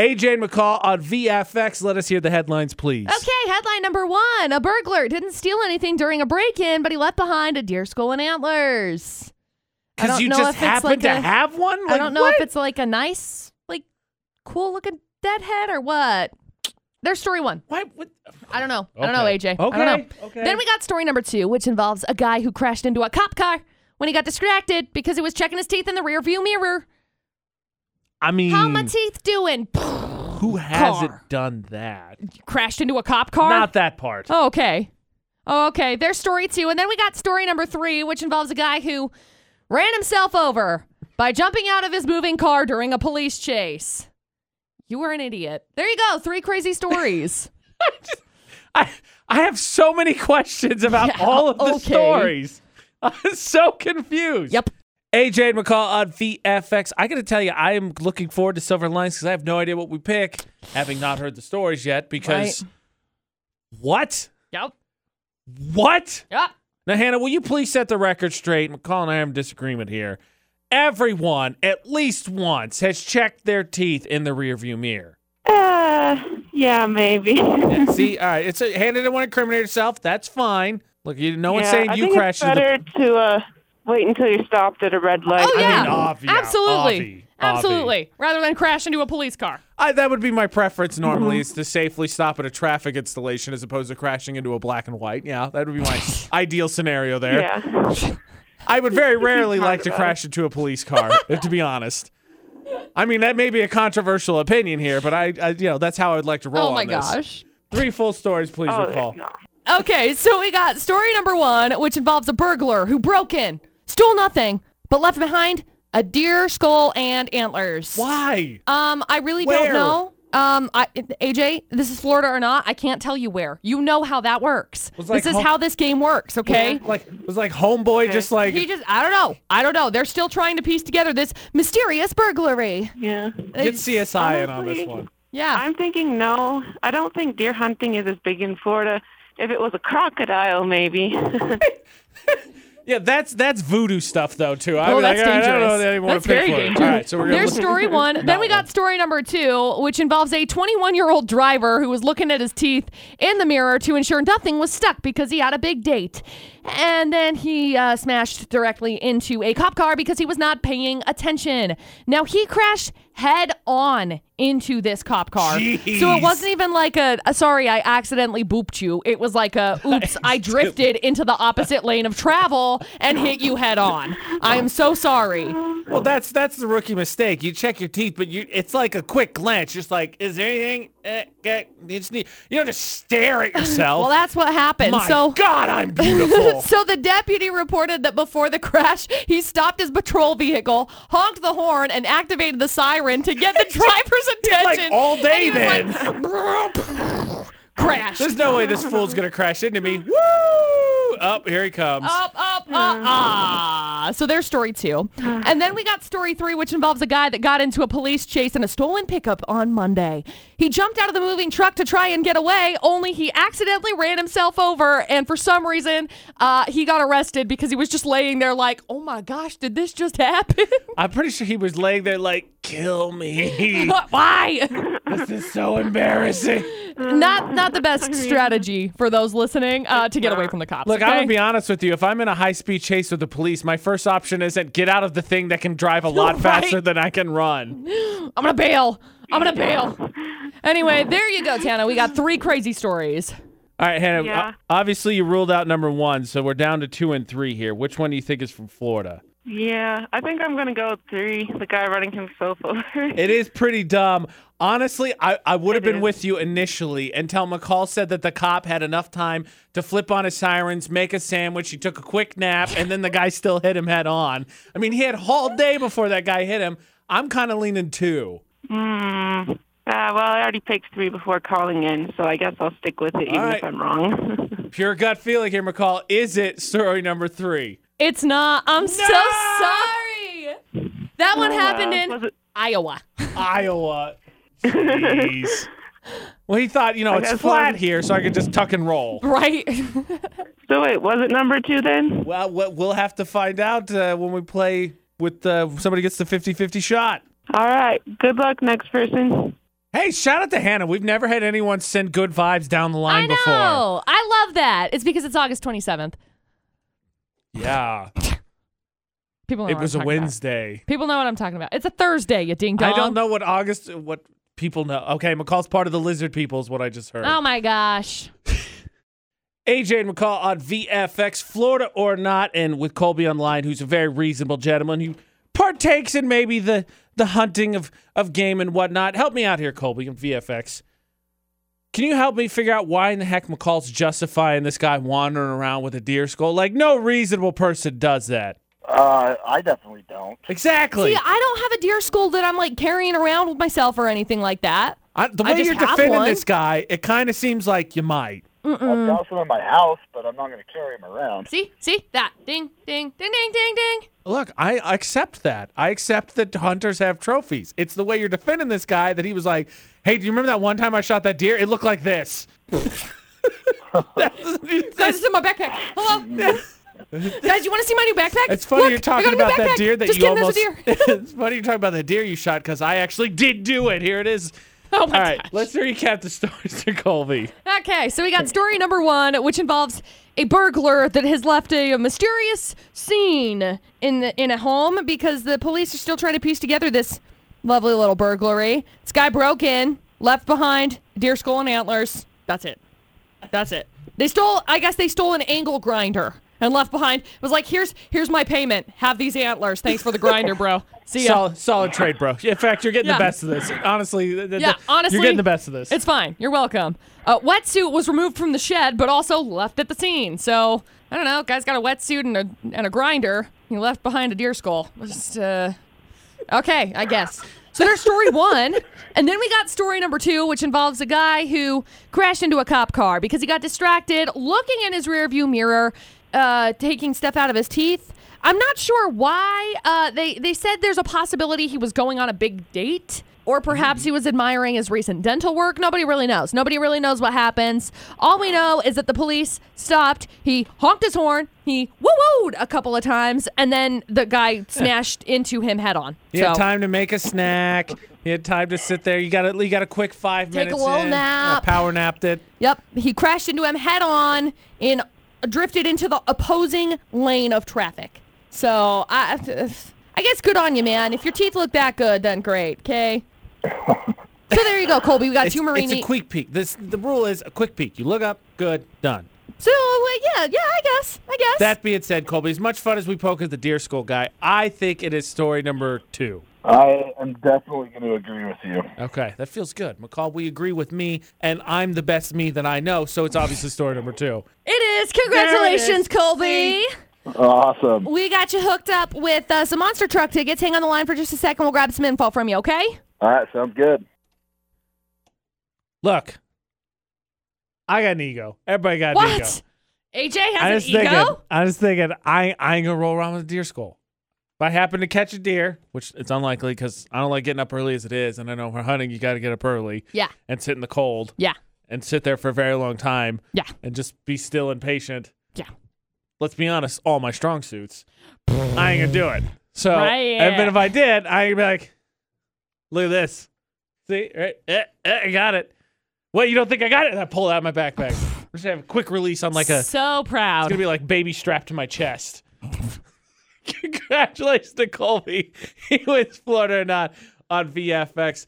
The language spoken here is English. AJ McCall on VFX. Let us hear the headlines, please. Okay, headline number one A burglar didn't steal anything during a break in, but he left behind a deer skull and antlers. I Because don't you know just if it's happen like to a- have one. I Like, don't know what? if it's like a nice, like cool looking dead head or what. There's story one. Why would- I don't know. I don't know, Okay. AJ. I don't Okay, know. okay. Then we got story number two, which involves a guy who crashed into a cop car when he got distracted because he was checking his teeth in the rearview mirror. I mean, How my teeth doing? who hasn't Car. done that? crashed into a cop car? Not that part. Oh, okay. Oh, okay. There's story two. And then we got story number three, which involves a guy who ran himself over by jumping out of his moving car during a police chase. You were an idiot. There you go. Three crazy stories. I I have so many questions about Yeah, all of the okay. stories. I'm so confused. Yep. AJ and McCall on VFX. I got to tell you, I am looking forward to Silver Lines because I have no idea what we pick, having not heard the stories yet. Because what? Yep. What? Yep. Now, Hannah, will you please set the record straight? McCall and I have a disagreement here. Everyone, at least once, has checked their teeth in the rearview mirror. Uh, yeah, maybe. Yeah, See, all right, it's a, Hannah didn't want to incriminate herself. That's fine. Look, you, no one's Yeah, saying I you think crashed It's into the better to uh, wait until you're stopped at a red light. Oh, I yeah. mean, obvi- Absolutely. obvi- Absolutely. Rather than crash into a police car. I, that would be my Mm-hmm. preference normally is to safely stop at a traffic installation as opposed to crashing into a black and white. Yeah, that would be my ideal scenario there. Yeah. I would very rarely talk like to about crash into a police car, if- to be honest. I mean, that may be a controversial opinion here, but I, I you know, that's how I'd like to roll oh, my on this. gosh. Three full stories, please, Oh, recall. no. Okay, so we got story number one, which involves a burglar who broke in, stole nothing, but left behind a deer skull and antlers. Why? Um, I really Where? don't know. Um, I, AJ, this is Florida or not? I can't tell you where. You know how that works. Was like this is home- how this game works. Okay. Like was like homeboy just like He just, I don't know. I don't know. They're still trying to piece together this mysterious burglary. Yeah. get CSI in on this honestly, one. Yeah. I'm thinking no. I don't think deer hunting is as big in Florida. If it was a crocodile, maybe. Yeah, that's that's voodoo stuff though too. I, Oh, was like, that's all right, I don't know dangerous. that anymore. That's very dangerous. All right, so we're gonna There's look- story one. Then we one. got story number two, which involves a 21 year old driver who was looking at his teeth in the mirror to ensure nothing was stuck because he had a big date. And then he uh, smashed directly into a cop car because he was not paying attention. Now he crashed head on into this cop car. So Jeez. it wasn't even like a, a sorry, I accidentally booped you. It was like a oops, I drifted into the opposite lane of travel and hit you head on. I am so sorry. Well, that's that's the rookie mistake. You check your teeth, but you it's like a quick glance. Just like, is there anything? Eh, eh, you, just need, you don't just stare at yourself. Well, that's what happened. My so. God, I'm beautiful. So the deputy reported that before the crash, he stopped his patrol vehicle, honked the horn, and activated the siren to get the driver's like attention. all day And then. he was Crash. There's no way this fool's gonna crash into me. Woo! Up here he comes. Up, up, up, ah. So there's story two. And then we got story three, which involves a guy that got into a police chase in a stolen pickup on Monday. He jumped out of the moving truck to try and get away, only he accidentally ran himself over. And for some reason, uh, he got arrested because he was just laying there like, oh my gosh, did this just happen? I'm pretty sure he was laying there like, kill me. What- Why? this is so embarrassing. not not the best strategy for those listening uh, to get away from the cops. Look, okay? I'm gonna be honest with you. If I'm in a high speed chase with the police, my first option isn't get out of the thing that can drive a lot Right. faster than I can run. I'm gonna bail. I'm gonna bail. Anyway, there you go, Tana. We got three crazy stories. All right, Hannah. Yeah. o- Obviously, you ruled out number one, so we're down to two and three here. Which one do you think is from Florida? yeah, I think I'm going to go with three. The guy running himself over. It is pretty dumb. Honestly, I, I would have It been is. with you initially until McCall said that the cop had enough time to flip on his sirens, make a sandwich. He took a quick nap, and then the guy still hit him head on. I mean, he had all day before that guy hit him. I'm kind of leaning two. Hmm. Uh, well, I already picked three before calling in, so I guess I'll stick with it even right. if I'm wrong. Pure gut feeling here, McCall. Is it story number three? It's not. I'm so sorry. That one happened Uh, in was it- Iowa. Iowa. Jeez. well, he thought, you know, it's guess flat one. here, so I could just tuck and roll. Right? so wait, was it number two then? Well, we- we'll have to find out uh, when we play with uh, somebody gets the 50 50 shot. All right. Good luck, next person. Hey, shout out to Hannah. We've never had anyone send good vibes down the line I know. before. I love that. It's because it's August 27th. Yeah. People know It what was I'm a talking about. Wednesday. People know what I'm talking about. It's a Thursday, you ding dong. I don't know what August what people know. Okay, McCall's part of the lizard people is what I just heard. Oh my gosh. AJ and McCall on VFX, Florida or not, and with Colby online, who's a very reasonable gentleman who partakes in maybe the the hunting of of game and whatnot. Help me out here, Colby and VFX. Can you help me figure out why in the heck McCall's justifying this guy wandering around with a deer skull? Like no reasonable person does that. Uh, I definitely don't. Exactly. See, I don't have a deer skull that I'm like carrying around with myself or anything like that. I, the I way just you're have defending one. this guy, it kind of seems like you might. I've got some in my house, but I'm not going to carry them around. See, see that ding, ding, ding, ding, ding, ding. Look, I accept that. I accept that hunters have trophies. It's the way you're defending this guy that he was like, "Hey, do you remember that one time I shot that deer? It looked like this." That's- Guys, it's in my backpack. Hello, guys. You want to see my new backpack? it's funny Look, you're I talking got a new about backpack. that deer that Just you kidding, almost. There's a deer. it's funny you're talking about that deer you shot because I actually did do it. Here it is. Oh All my right, gosh. let's recap the stories to Colby. Okay, so we got story number one, which involves a burglar that has left a mysterious scene in the, in a home because the police are still trying to piece together this lovely little burglary. This guy broke in, left behind deer skull and antlers. That's it. That's it. They stole. I guess they stole an angle grinder and left behind. It was like, here's here's my payment. Have these antlers. Thanks for the grinder, bro. See ya. Solid, solid trade, bro. In fact, you're getting Yeah. the best of this. Honestly, th- th- Yeah, th- honestly, you're getting the best of this. It's fine. You're welcome. A wetsuit was removed from the shed, but also left at the scene. So I don't know. Guy's got a wetsuit and a and a grinder. He left behind a deer skull. Just uh, okay, I guess. So there's story one, and then we got story number two, which involves a guy who crashed into a cop car because he got distracted looking in his rearview mirror, uh, taking stuff out of his teeth. I'm not sure why. Uh, they they said there's a possibility he was going on a big date, or perhaps he was admiring his recent dental work. Nobody really knows. Nobody really knows what happens. All we know is that the police stopped. He honked his horn. He woo wooed a couple of times, and then the guy smashed into him head on. He had time to make a snack. He had time to sit there. You got to You got a quick five Take a minutes. little in. nap. Yeah, power napped it. Yep, he crashed into him head on and drifted into the opposing lane of traffic. So I, I guess good on you, man. If your teeth look that good, then great. Okay. So there you go, Colby. We got It's, two Marini. it's a quick peek. This the rule is a quick peek. You look up, good, done. so uh, yeah, yeah. I guess. I guess. That being said, Colby, as much fun as we poke at the deer skull guy, I think it is story number two. I am definitely going to agree with you. Okay, that feels good, McCall. We agree with me, and I'm the best me that I know, so it's obviously story number two. it is. Congratulations, Colby. Awesome. We got you hooked up with uh, some monster truck tickets. Hang on the line for just a second. We'll grab some info from you. Okay. All right, sounds good. Look, I got an ego. Everybody got an ego. What? AJ I has was an ego. thinking. I was thinking. I I ain't gonna roll around with a deer skull. If I happen to catch a deer, which it's unlikely because I don't like getting up early as it is, and I know for hunting you got to get up early Yeah. and sit in the cold Yeah. and sit there for a very long time Yeah. and just be still and patient. Yeah. Let's be honest, all my strong suits, I ain't gonna do it. So, Right. and then if I did, I'd be like, look at this. See, right? Eh, eh, I got it. What you don't think I got it? And I pull it out of my backpack. I'm just gonna have a quick release on like a so proud. it's gonna be like baby strapped to my chest. Congratulations to Colby. He wins Florida or not on VFX.